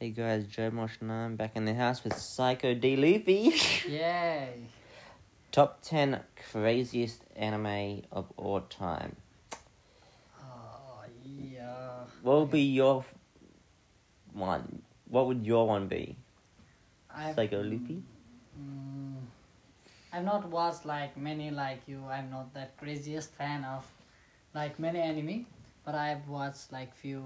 Hey guys, Joe Marsh and I'm back in the house with Psycho D. Luffy. Yay. Top 10 craziest anime of all time. Oh, yeah. What would Okay. be your f- one? What would your one be? I've, Psycho Luffy? Mm, I've not watched like many like you. I'm not that craziest fan of like many anime, but I've watched like few.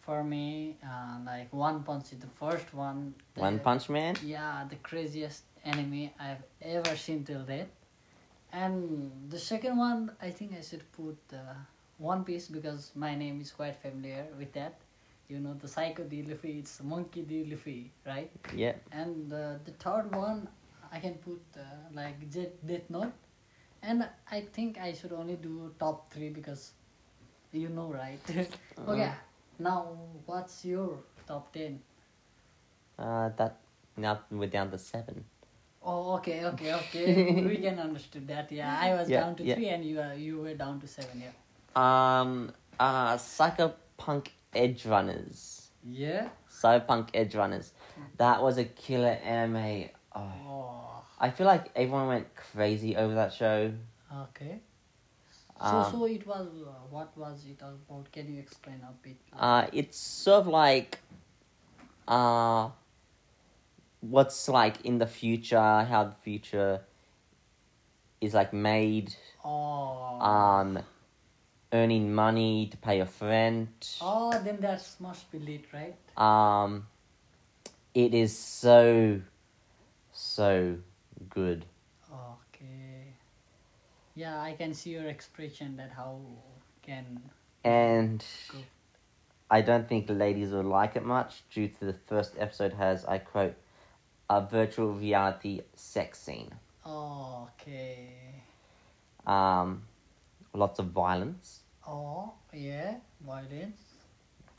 For me, uh, like One Punch is the first one. the- One Punch Man? Yeah, the craziest anime I've ever seen till date. And the second one, I think I should put uh, One Piece because my name is quite familiar with that. You know, the Psycho D. Luffy, it's Monkey D. Luffy, right? Yeah. And uh, the third one, I can put uh, like Jet Death Note. And I think I should only do top three because you know, right? okay, now what's your top 10? Uh, that. Now we're down to seven. Oh, okay, okay, okay. we can understood that. Yeah, I was Yeah, down to yeah. three, and you are, you were down to seven. Yeah. Um, uh, Psycho Punk Edge Runners. Yeah. Cyberpunk Edge Runners. That was a killer anime. Oh, Oh, I feel like everyone went crazy over that show. okay. Um, so, so it was. Uh, what was it about? Can you explain a bit? Uh, it's sort of like, uh, what's like in the future, how the future is like made, oh. um, earning money to pay a friend. oh, then that must be lit, right? Um, it is so, so good. Okay. Yeah, I can see your expression that how can. And Cool. I don't think ladies will like it much due to the first episode has, I quote, a virtual reality sex scene. Okay. Um, lots of violence. Oh, yeah, violence.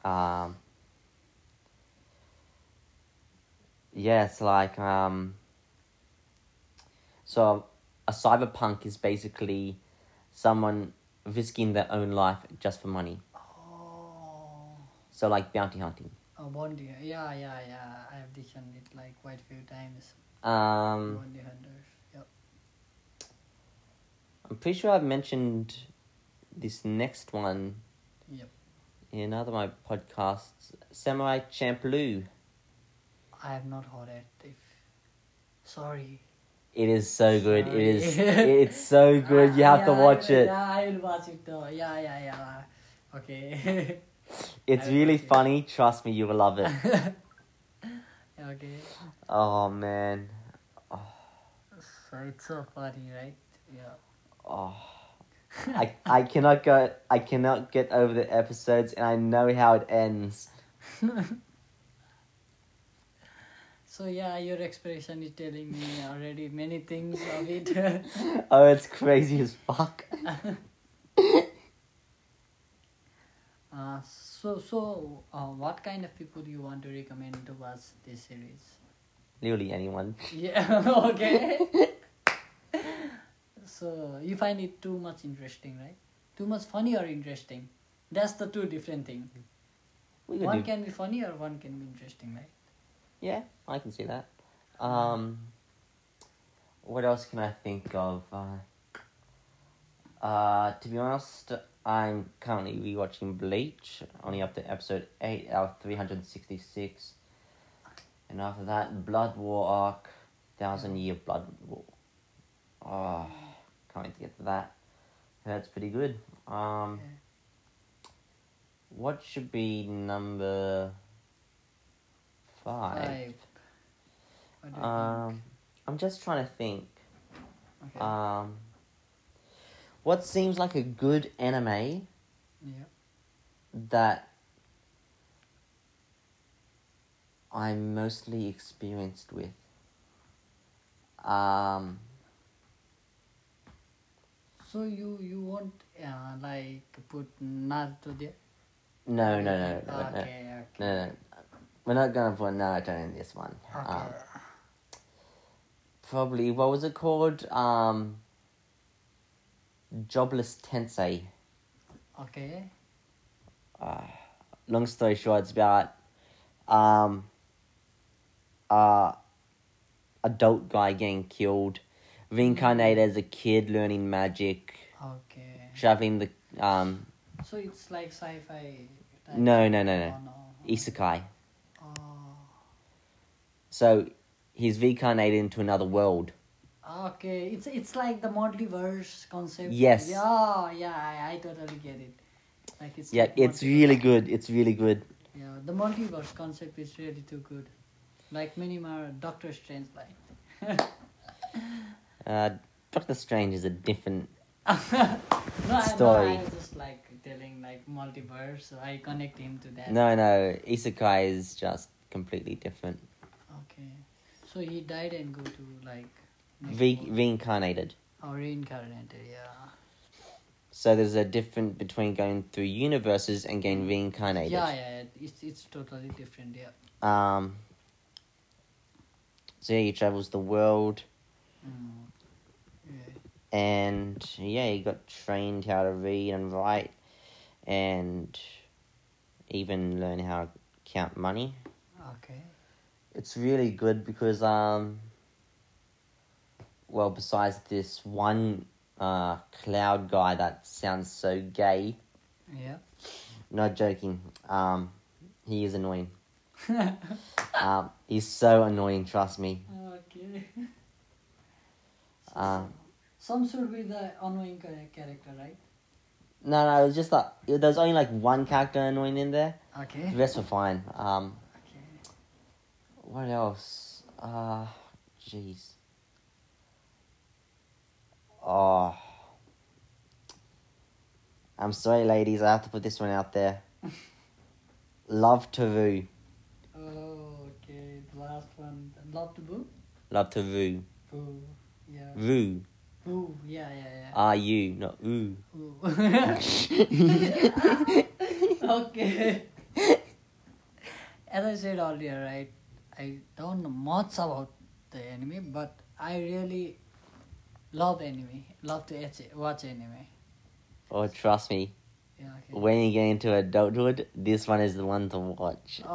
Um, yeah, it's like um, so a cyberpunk is basically someone risking their own life just for money. Oh. So like bounty hunting. Oh, Bounty. Yeah, yeah, yeah. I've dictioned it like quite few times. Um, Bounty hunters. Yep. I'm pretty sure I've mentioned this next one Yep. in another of my podcasts, Samurai Champloo. I have not heard it. If sorry. It is so good. It is. Sorry. It's so good. You have to Yeah, watch Ah, I, it. Yeah, I will watch it though. Yeah, yeah, yeah. Okay. It's I really like it. funny. Trust me, you will love it. okay. oh man. So it's so funny, right? Yeah. Oh. I, I cannot go I cannot get over the episodes and I know how it ends. So yeah, your expression is telling me already many things of it. Oh, it's crazy as fuck. uh, so so, uh, what kind of people you want to recommend to watch this series? Literally anyone. Yeah, okay. so you find it too much interesting, right? Too much funny or interesting? That's the two different thing. We can one do, can be funny or one can be interesting, right? yeah, I can see that. Um what else can I think of? Uh, uh to be honest, I'm currently rewatching Bleach, only up to episode eight out of three hundred and sixty six. And after that, Blood War arc, Thousand Year Blood War. Oh, can't wait to get to that. That's pretty good. Um, Yeah. what should be number five? Five. What do you Um, I'm just trying to think. think? Okay. Um, what seems like a good anime yeah. that I'm mostly experienced with? Um, So you you won't uh, like put Naruto there? no, no, no, no, no, Okay. no, Okay. no, no. We're not gonna put Naruto in this one. Um, Okay. probably what was it called? Um, Jobless Tensei. okay. Uh, long story short, it's about um, uh, adult guy getting killed, reincarnated as a kid learning magic, Okay. traveling the um, So it's like sci-fi. type No, of- no, no, no. Oh, no. isekai. Oh. So he's reincarnated into another world. ah, Okay, it's it's like the multiverse concept. Yes. Yeah, yeah, I, I totally get it. Like it's Yeah, like it's multiverse. really good. It's really good. Yeah, the multiverse concept is really too good. Like Minima Doctor Strange like. Uh, Doctor Strange is a different. No, I, Story. no, I was just like telling like multiverse, so I connect him to that. No, no, isekai is just completely different. Okay. So he died and go to like next Re- world. reincarnated. or reincarnated, yeah. So there's a difference between going through universes and getting reincarnated. Yeah, yeah, it's it's totally different, yeah. Um. So yeah, he travels the world, Mm. yeah. and yeah, he got trained how to read and write, and even learn how to count money. Okay. It's really good because um. Well, besides this one uh, cloud guy that sounds so gay, Yeah. not joking. Um, he is annoying. um, he's so annoying. Trust me. Okay. Um, Some should be the annoying chara- character, right? No, no, it was just like there was only like one character annoying in there. Okay. The rest were fine. Um, Okay. what else? Uh, jeez. Oh, I'm sorry, ladies. I have to put this one out there. Love Tavu. Oh, okay. The last one. Love to boo? Love Tavu. Boo. Yeah. Roo. Boo. Yeah, yeah, yeah. Are you not ooh? Boo. okay. As I said earlier, right, I don't know much about the anime, but I really love anime. Love to etch- watch anime. Oh, trust me. Yeah, okay. When you get into adulthood, this one is the one to watch.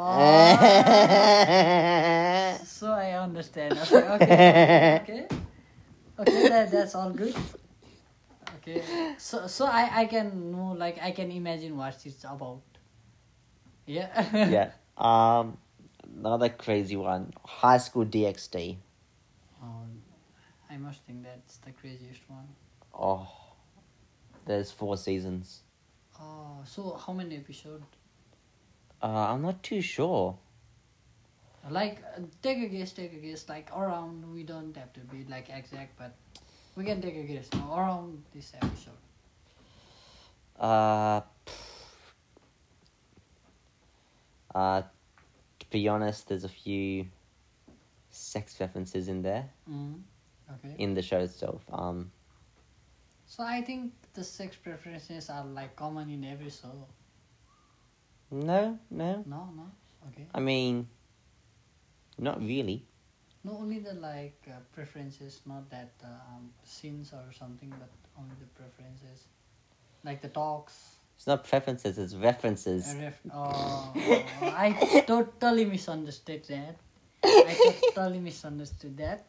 Oh. So I understand. Okay, okay, okay. Okay, that, that's all good. Okay, so so I I can know like I can imagine what it's about. Yeah. yeah. Um, another crazy one. High school DxD. Oh, I must think that's the craziest one. Oh, there's four seasons. Oh, so how many episodes? Uh, I'm not too sure. Like, uh, take a guess, take a guess. Like around, we don't have to be like exact, but we can take a guess now. Around this episode. Uh, uh, to be honest, there's a few sex references in there Mm. Okay. in the show itself. Um, So I think the sex preferences are like common in every show. no, no. No, no. Okay. I mean, not really. No, only the like uh, preferences, not that uh, um, sins or something, but only the preferences, like the talks. It's not preferences. It's references. uh, Ref- oh, I totally misunderstood that. I totally misunderstood that.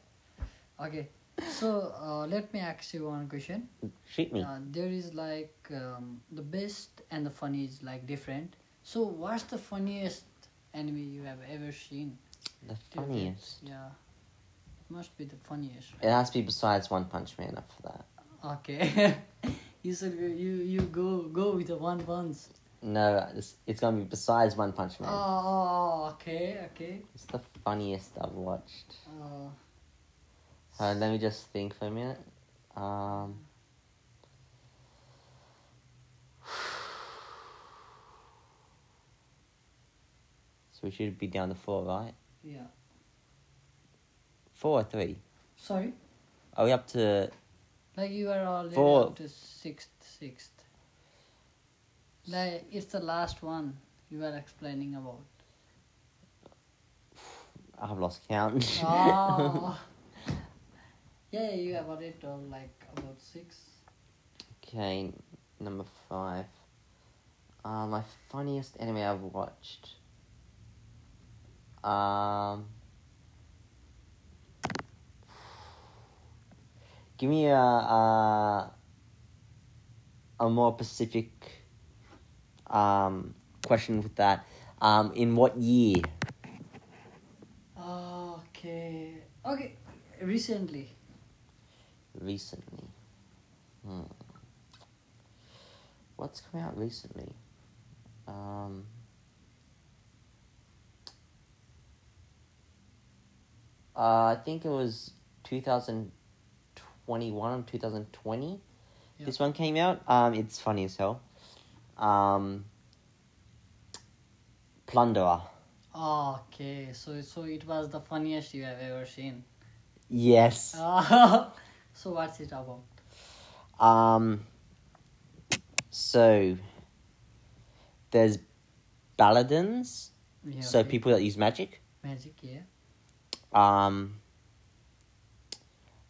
Okay. So uh, let me ask you one question. Shoot me. Uh, there is like um, the best and the funny is like different. So what's the funniest anime you have ever seen? The Do you think? funniest. Yeah. Must be the funniest. It has to be besides One Punch Man after that. Right? Okay. you said you you go go with the one buns. No, it's, it's going to be besides One Punch Man. Oh, okay, okay. It's the funniest I've watched. Uh, Uh, let me just think for a minute. Um, so we should be down to four, right? yeah. Four or three? Sorry. Are we up to Like you are already Four. up to sixth, sixth. Like it's the last one you were explaining about. I've lost count. Oh. yeah, you have already told like about six. okay, number five. Uh, my funniest anime I've watched. Um, give me a a, a more specific um, question with that. Um, in what year? Okay. Okay. Recently. recently. Hmm. What's come out recently? Um, uh, I think it was 2021 or 2020. Yeah. This one came out. Um, it's funny as hell. Um, Plunderer. Okay. So so it was the funniest you have ever seen. Yes. so what's it about? Um. So there's paladins, Yeah, so okay. people that use magic. magic. Yeah. Um.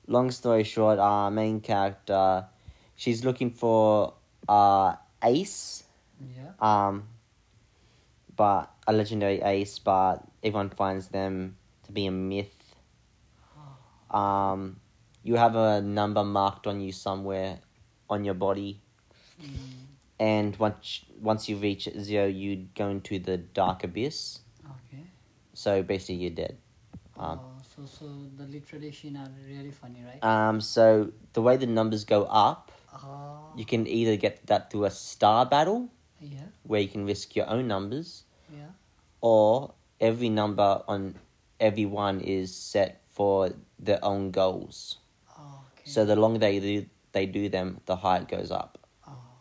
Long story short, our main character, she's looking for uh ace, Yeah. um, but a legendary ace, but everyone finds them to be a myth. Oh. Um, you have a number marked on you somewhere on your body. Mm, and once once you reach zero, you go into the dark abyss. okay. So basically, you're dead. Um, oh, so so the literation are really funny, right? Um, so the way the numbers go up, Ah. you can either get that through a star battle, yeah. where you can risk your own numbers, Yeah. or every number on everyone is set for their own goals. Okay. So the longer they do, they do them, the higher it goes up. Oh.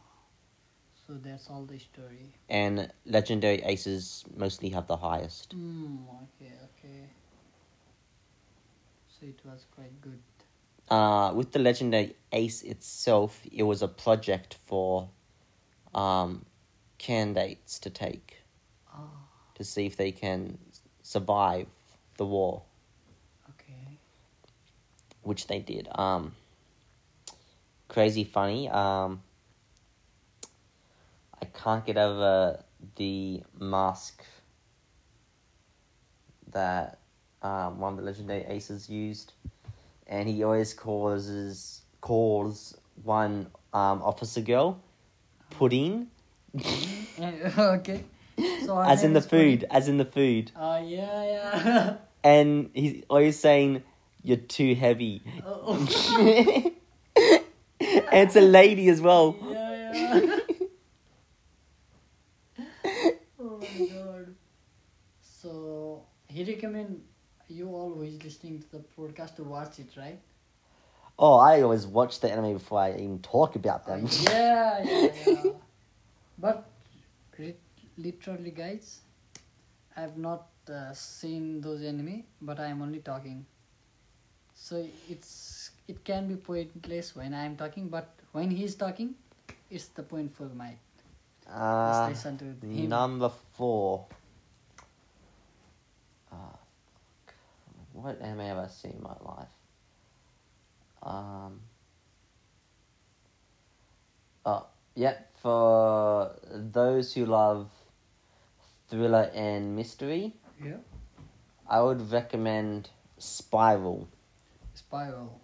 so that's all the story. And legendary aces mostly have the highest. Mm, okay. Okay. So it was quite good. uh, with the legendary ace itself, it was a project for um, candidates to take Ah. to see if they can survive the war, Okay. which they did. Um, crazy funny. Um, I can't get over the mask that um, one of the legendary aces used, and he always causes calls one um, officer girl pudding, okay. So her as in name the is Pudding. food, as in the food, Uh, yeah, yeah. and he's always saying you're too heavy. oh, and it's a lady as well. yeah, yeah. oh my god. So he recommend you all who is listening to the podcast to watch it, right? Oh, I always watch the anime before I even talk about Uh, them. yeah, yeah, yeah. but ri- literally, guys, I've not uh, seen those anime, but I am only talking. So it's it can be pointless when I am talking, but when he is talking, it's the pointful mic. Let's Uh, listen to him. number four. Uh, what anime have I seen in my life? Um. Oh, yep. For those who love thriller and mystery, yeah, I would recommend Spiral. spiral.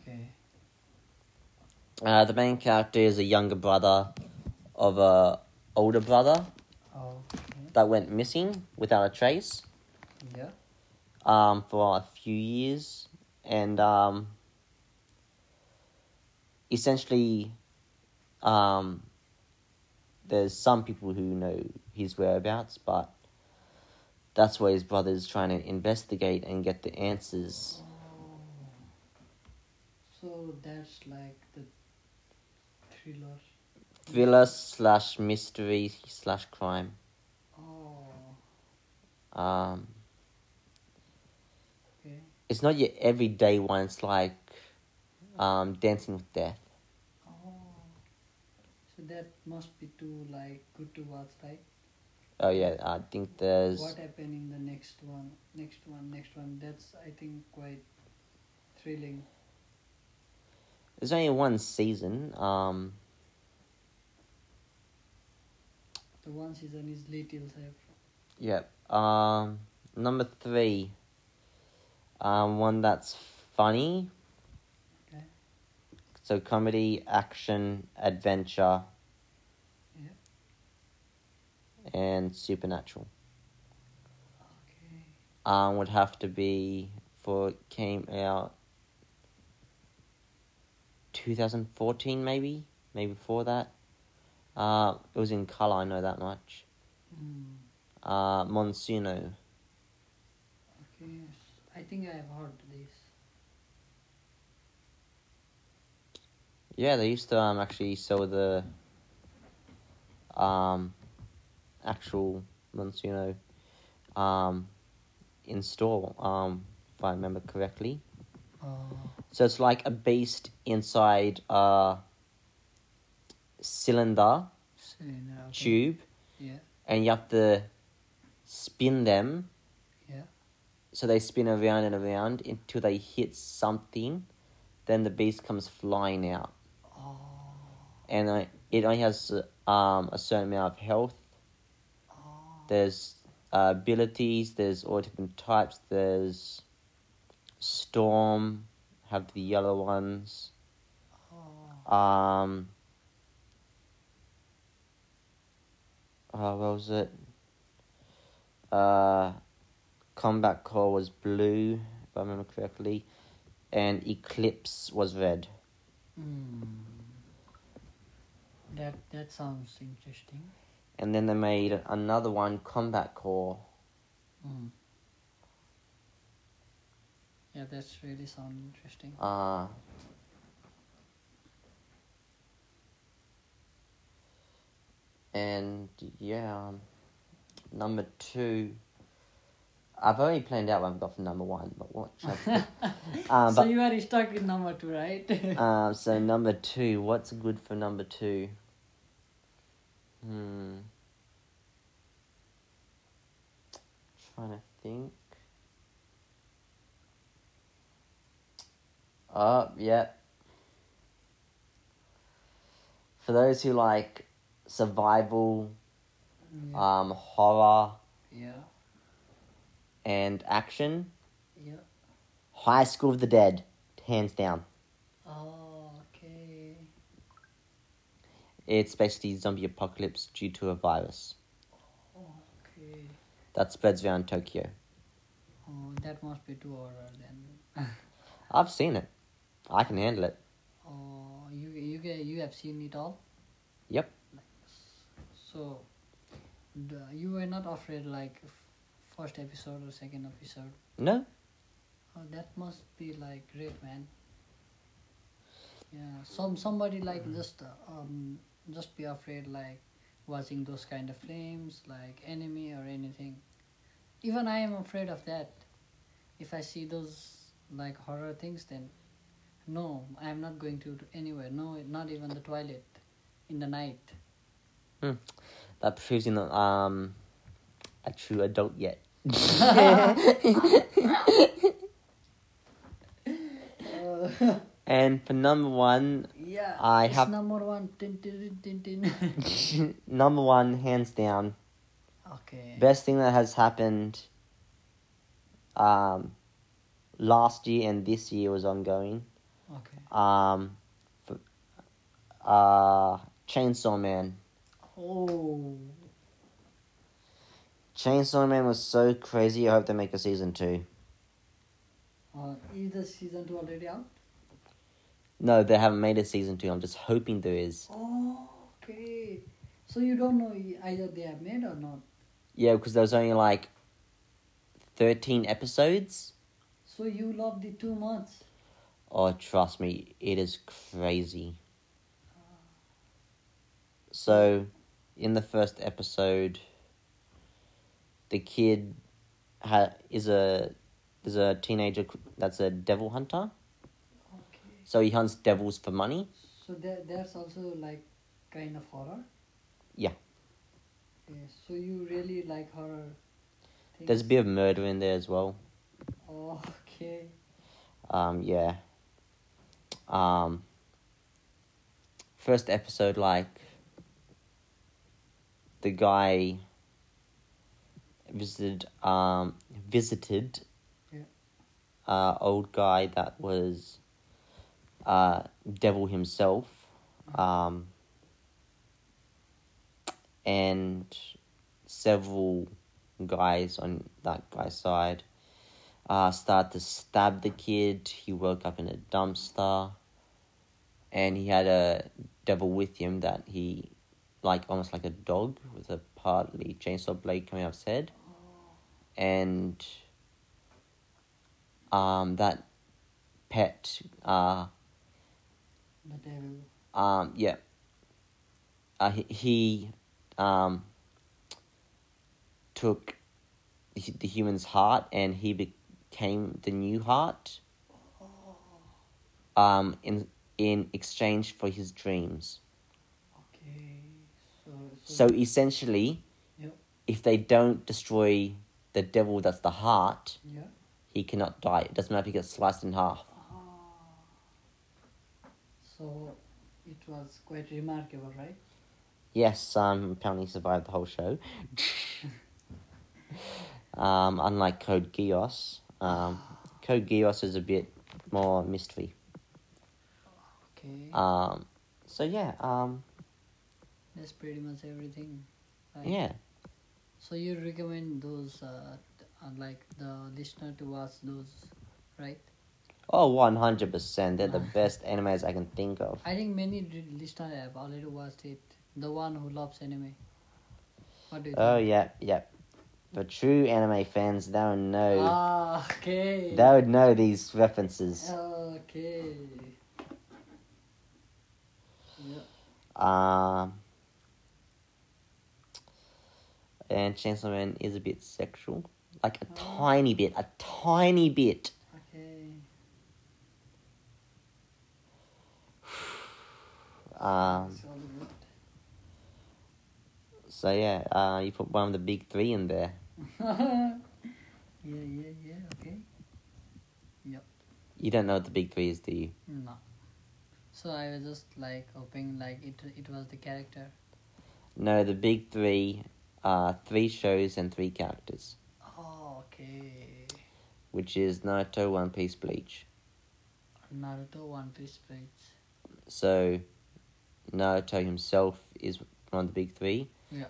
Okay. Uh, the main character is a younger brother of a older brother Oh. Okay. that went missing without a trace Yeah. um, for a few years, and um, essentially, um, there's some people who know his whereabouts, but that's why his brother is trying to investigate and get the answers. So that's like the thriller. Thriller slash mystery slash crime. Oh. Um, Okay. it's not your everyday one. It's like um, Dancing with Death. Oh, so that must be too like good to watch, right? Oh yeah, I think there's What happened in the next one, next one, next one? That's I think quite thrilling. there's only one season. Um, The one season is Little Chef. Yep. Um, number three. Um, one that's funny. Okay. So comedy, action, adventure, Yep. and supernatural. Okay. Um, would have to be for it came out. 2014 maybe maybe before that uh it was in color i know that much Mm, uh monsuno okay. I think I've heard this. Yeah, they used to um actually sell the um actual Monsuno um in store um if I remember correctly. Oh. So it's like a beast inside a cylinder So, no, okay. tube, Yeah. and you have to spin them. Yeah. So they spin around and around until they hit something. Then the beast comes flying out. Oh. and I, it only has uh, um, a certain amount of health. Oh. There's uh, abilities. There's all different types. There's storm. Have the yellow ones. oh. Um. Uh, what was it? Uh, combat core was blue, if I remember correctly, and eclipse was red. Mm. That that sounds interesting. And then they made another one, combat core, Mm. Yeah, that's really sound interesting. Uh, and yeah, um, number two. I've only planned out what I've got for number one, but what? Should I pick? um, so but you are stuck with number two, right? um, so number two. What's good for number two? Hmm. Trying to think. Oh, yep. For those who like survival, yeah. um, horror, yeah. and action, Yeah. High School of the Dead, hands down. Oh, okay. It's basically zombie apocalypse due to a virus Okay. that spreads around Tokyo. Oh, that must be two horror then. I've seen it. I can handle it. oh, you you get you have seen it all. Yep. So, the, you were not afraid like f- first episode or second episode. No? Oh, that must be like great, man. Yeah, some somebody like just uh, um just be afraid like watching those kind of films like enemy or anything. Even I am afraid of that. If I see those like horror things, then no, I am not going to anywhere. No, not even the toilet in the night. That proves you're not um, a true adult yet. and for number one, Yeah, I it's have- number one. Tin, tin, tin, tin, tin. number one, hands down, okay. best thing that has happened um, last year and this year was ongoing. okay. Um, f- uh, Chainsaw Man. Oh, Chainsaw Man was so crazy. I hope they make a season two. uh, is the season two already out? No, they haven't made a season two. I'm just hoping there is. Oh, okay. So you don't know e- either they have made or not. Yeah, because there was only like thirteen episodes. So you loved it too much. Oh, trust me, it is crazy. So, in the first episode, the kid ha- is a is a teenager c- that's a devil hunter. Okay. So he hunts devils for money. So there, there's also like kind of horror. Yeah. Okay, so you really like horror. Things. There's a bit of murder in there as well. Oh, okay. Um, yeah. Um, first episode, like, the guy visited um visited Yeah. uh old guy that was uh devil himself um and several guys on that guy's side uh started to stab the kid he woke up in a dumpster and he had a devil with him that he like almost like a dog with a partly chainsaw blade coming out of his head. And um, that pet, uh, The devil. um, yeah, uh, he, he um, took the the human's heart and he became the new heart um, in, in exchange for his dreams. Okay. So. So essentially, Yep. if they don't destroy the devil that's the heart, Yeah. he cannot die. It doesn't matter if he gets sliced in half. Ah. So, it was quite remarkable, right? Yes, um, apparently he survived the whole show. um, unlike Code Geass, um, Code Geass is a bit more mystery. Okay. Um, so yeah, um, That's pretty much everything. right? yeah, So you recommend those, uh, t- uh, like the listener to watch those, right? oh, one hundred percent. They're the best animes I can think of. I think many re- listener have already watched it. The one who loves anime. What do you Oh think? yeah, yeah. For true anime fans, they would know. Ah, okay. They would know these references. Okay. Yeah. Um, and Chainsaw Man is a bit sexual, like a Oh. tiny bit, a tiny bit. Okay. Um, It's all good. so yeah, uh, you put one of the big three in there. yeah, yeah, yeah. Okay. You don't know what the big three is, do you? No. So I was just like hoping like it it was the character. No, the big three are three shows and three characters, Oh, okay. which is Naruto, One Piece, Bleach. Naruto One Piece Bleach. So Naruto himself is one of the big three. Yeah.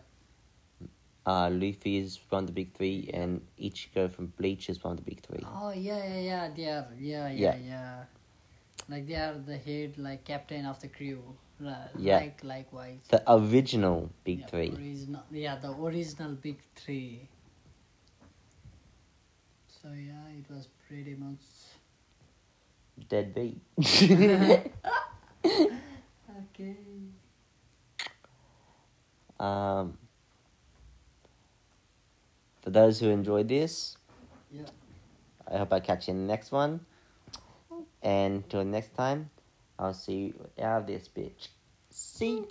Uh, Luffy is one of the big three, and Ichigo from Bleach is one of the big three. Oh yeah, yeah, yeah. They are yeah, yeah, yeah. Yeah. Like they are the head like captain of the crew. Right. Yeah. Like likewise. The original Big yeah, Three. Original, yeah, the original big three. So yeah, it was pretty much Dead beat. okay. um, for those who enjoyed this, Yeah. I hope I catch you in the next one. And till next time, I'll see you out of this bitch. See.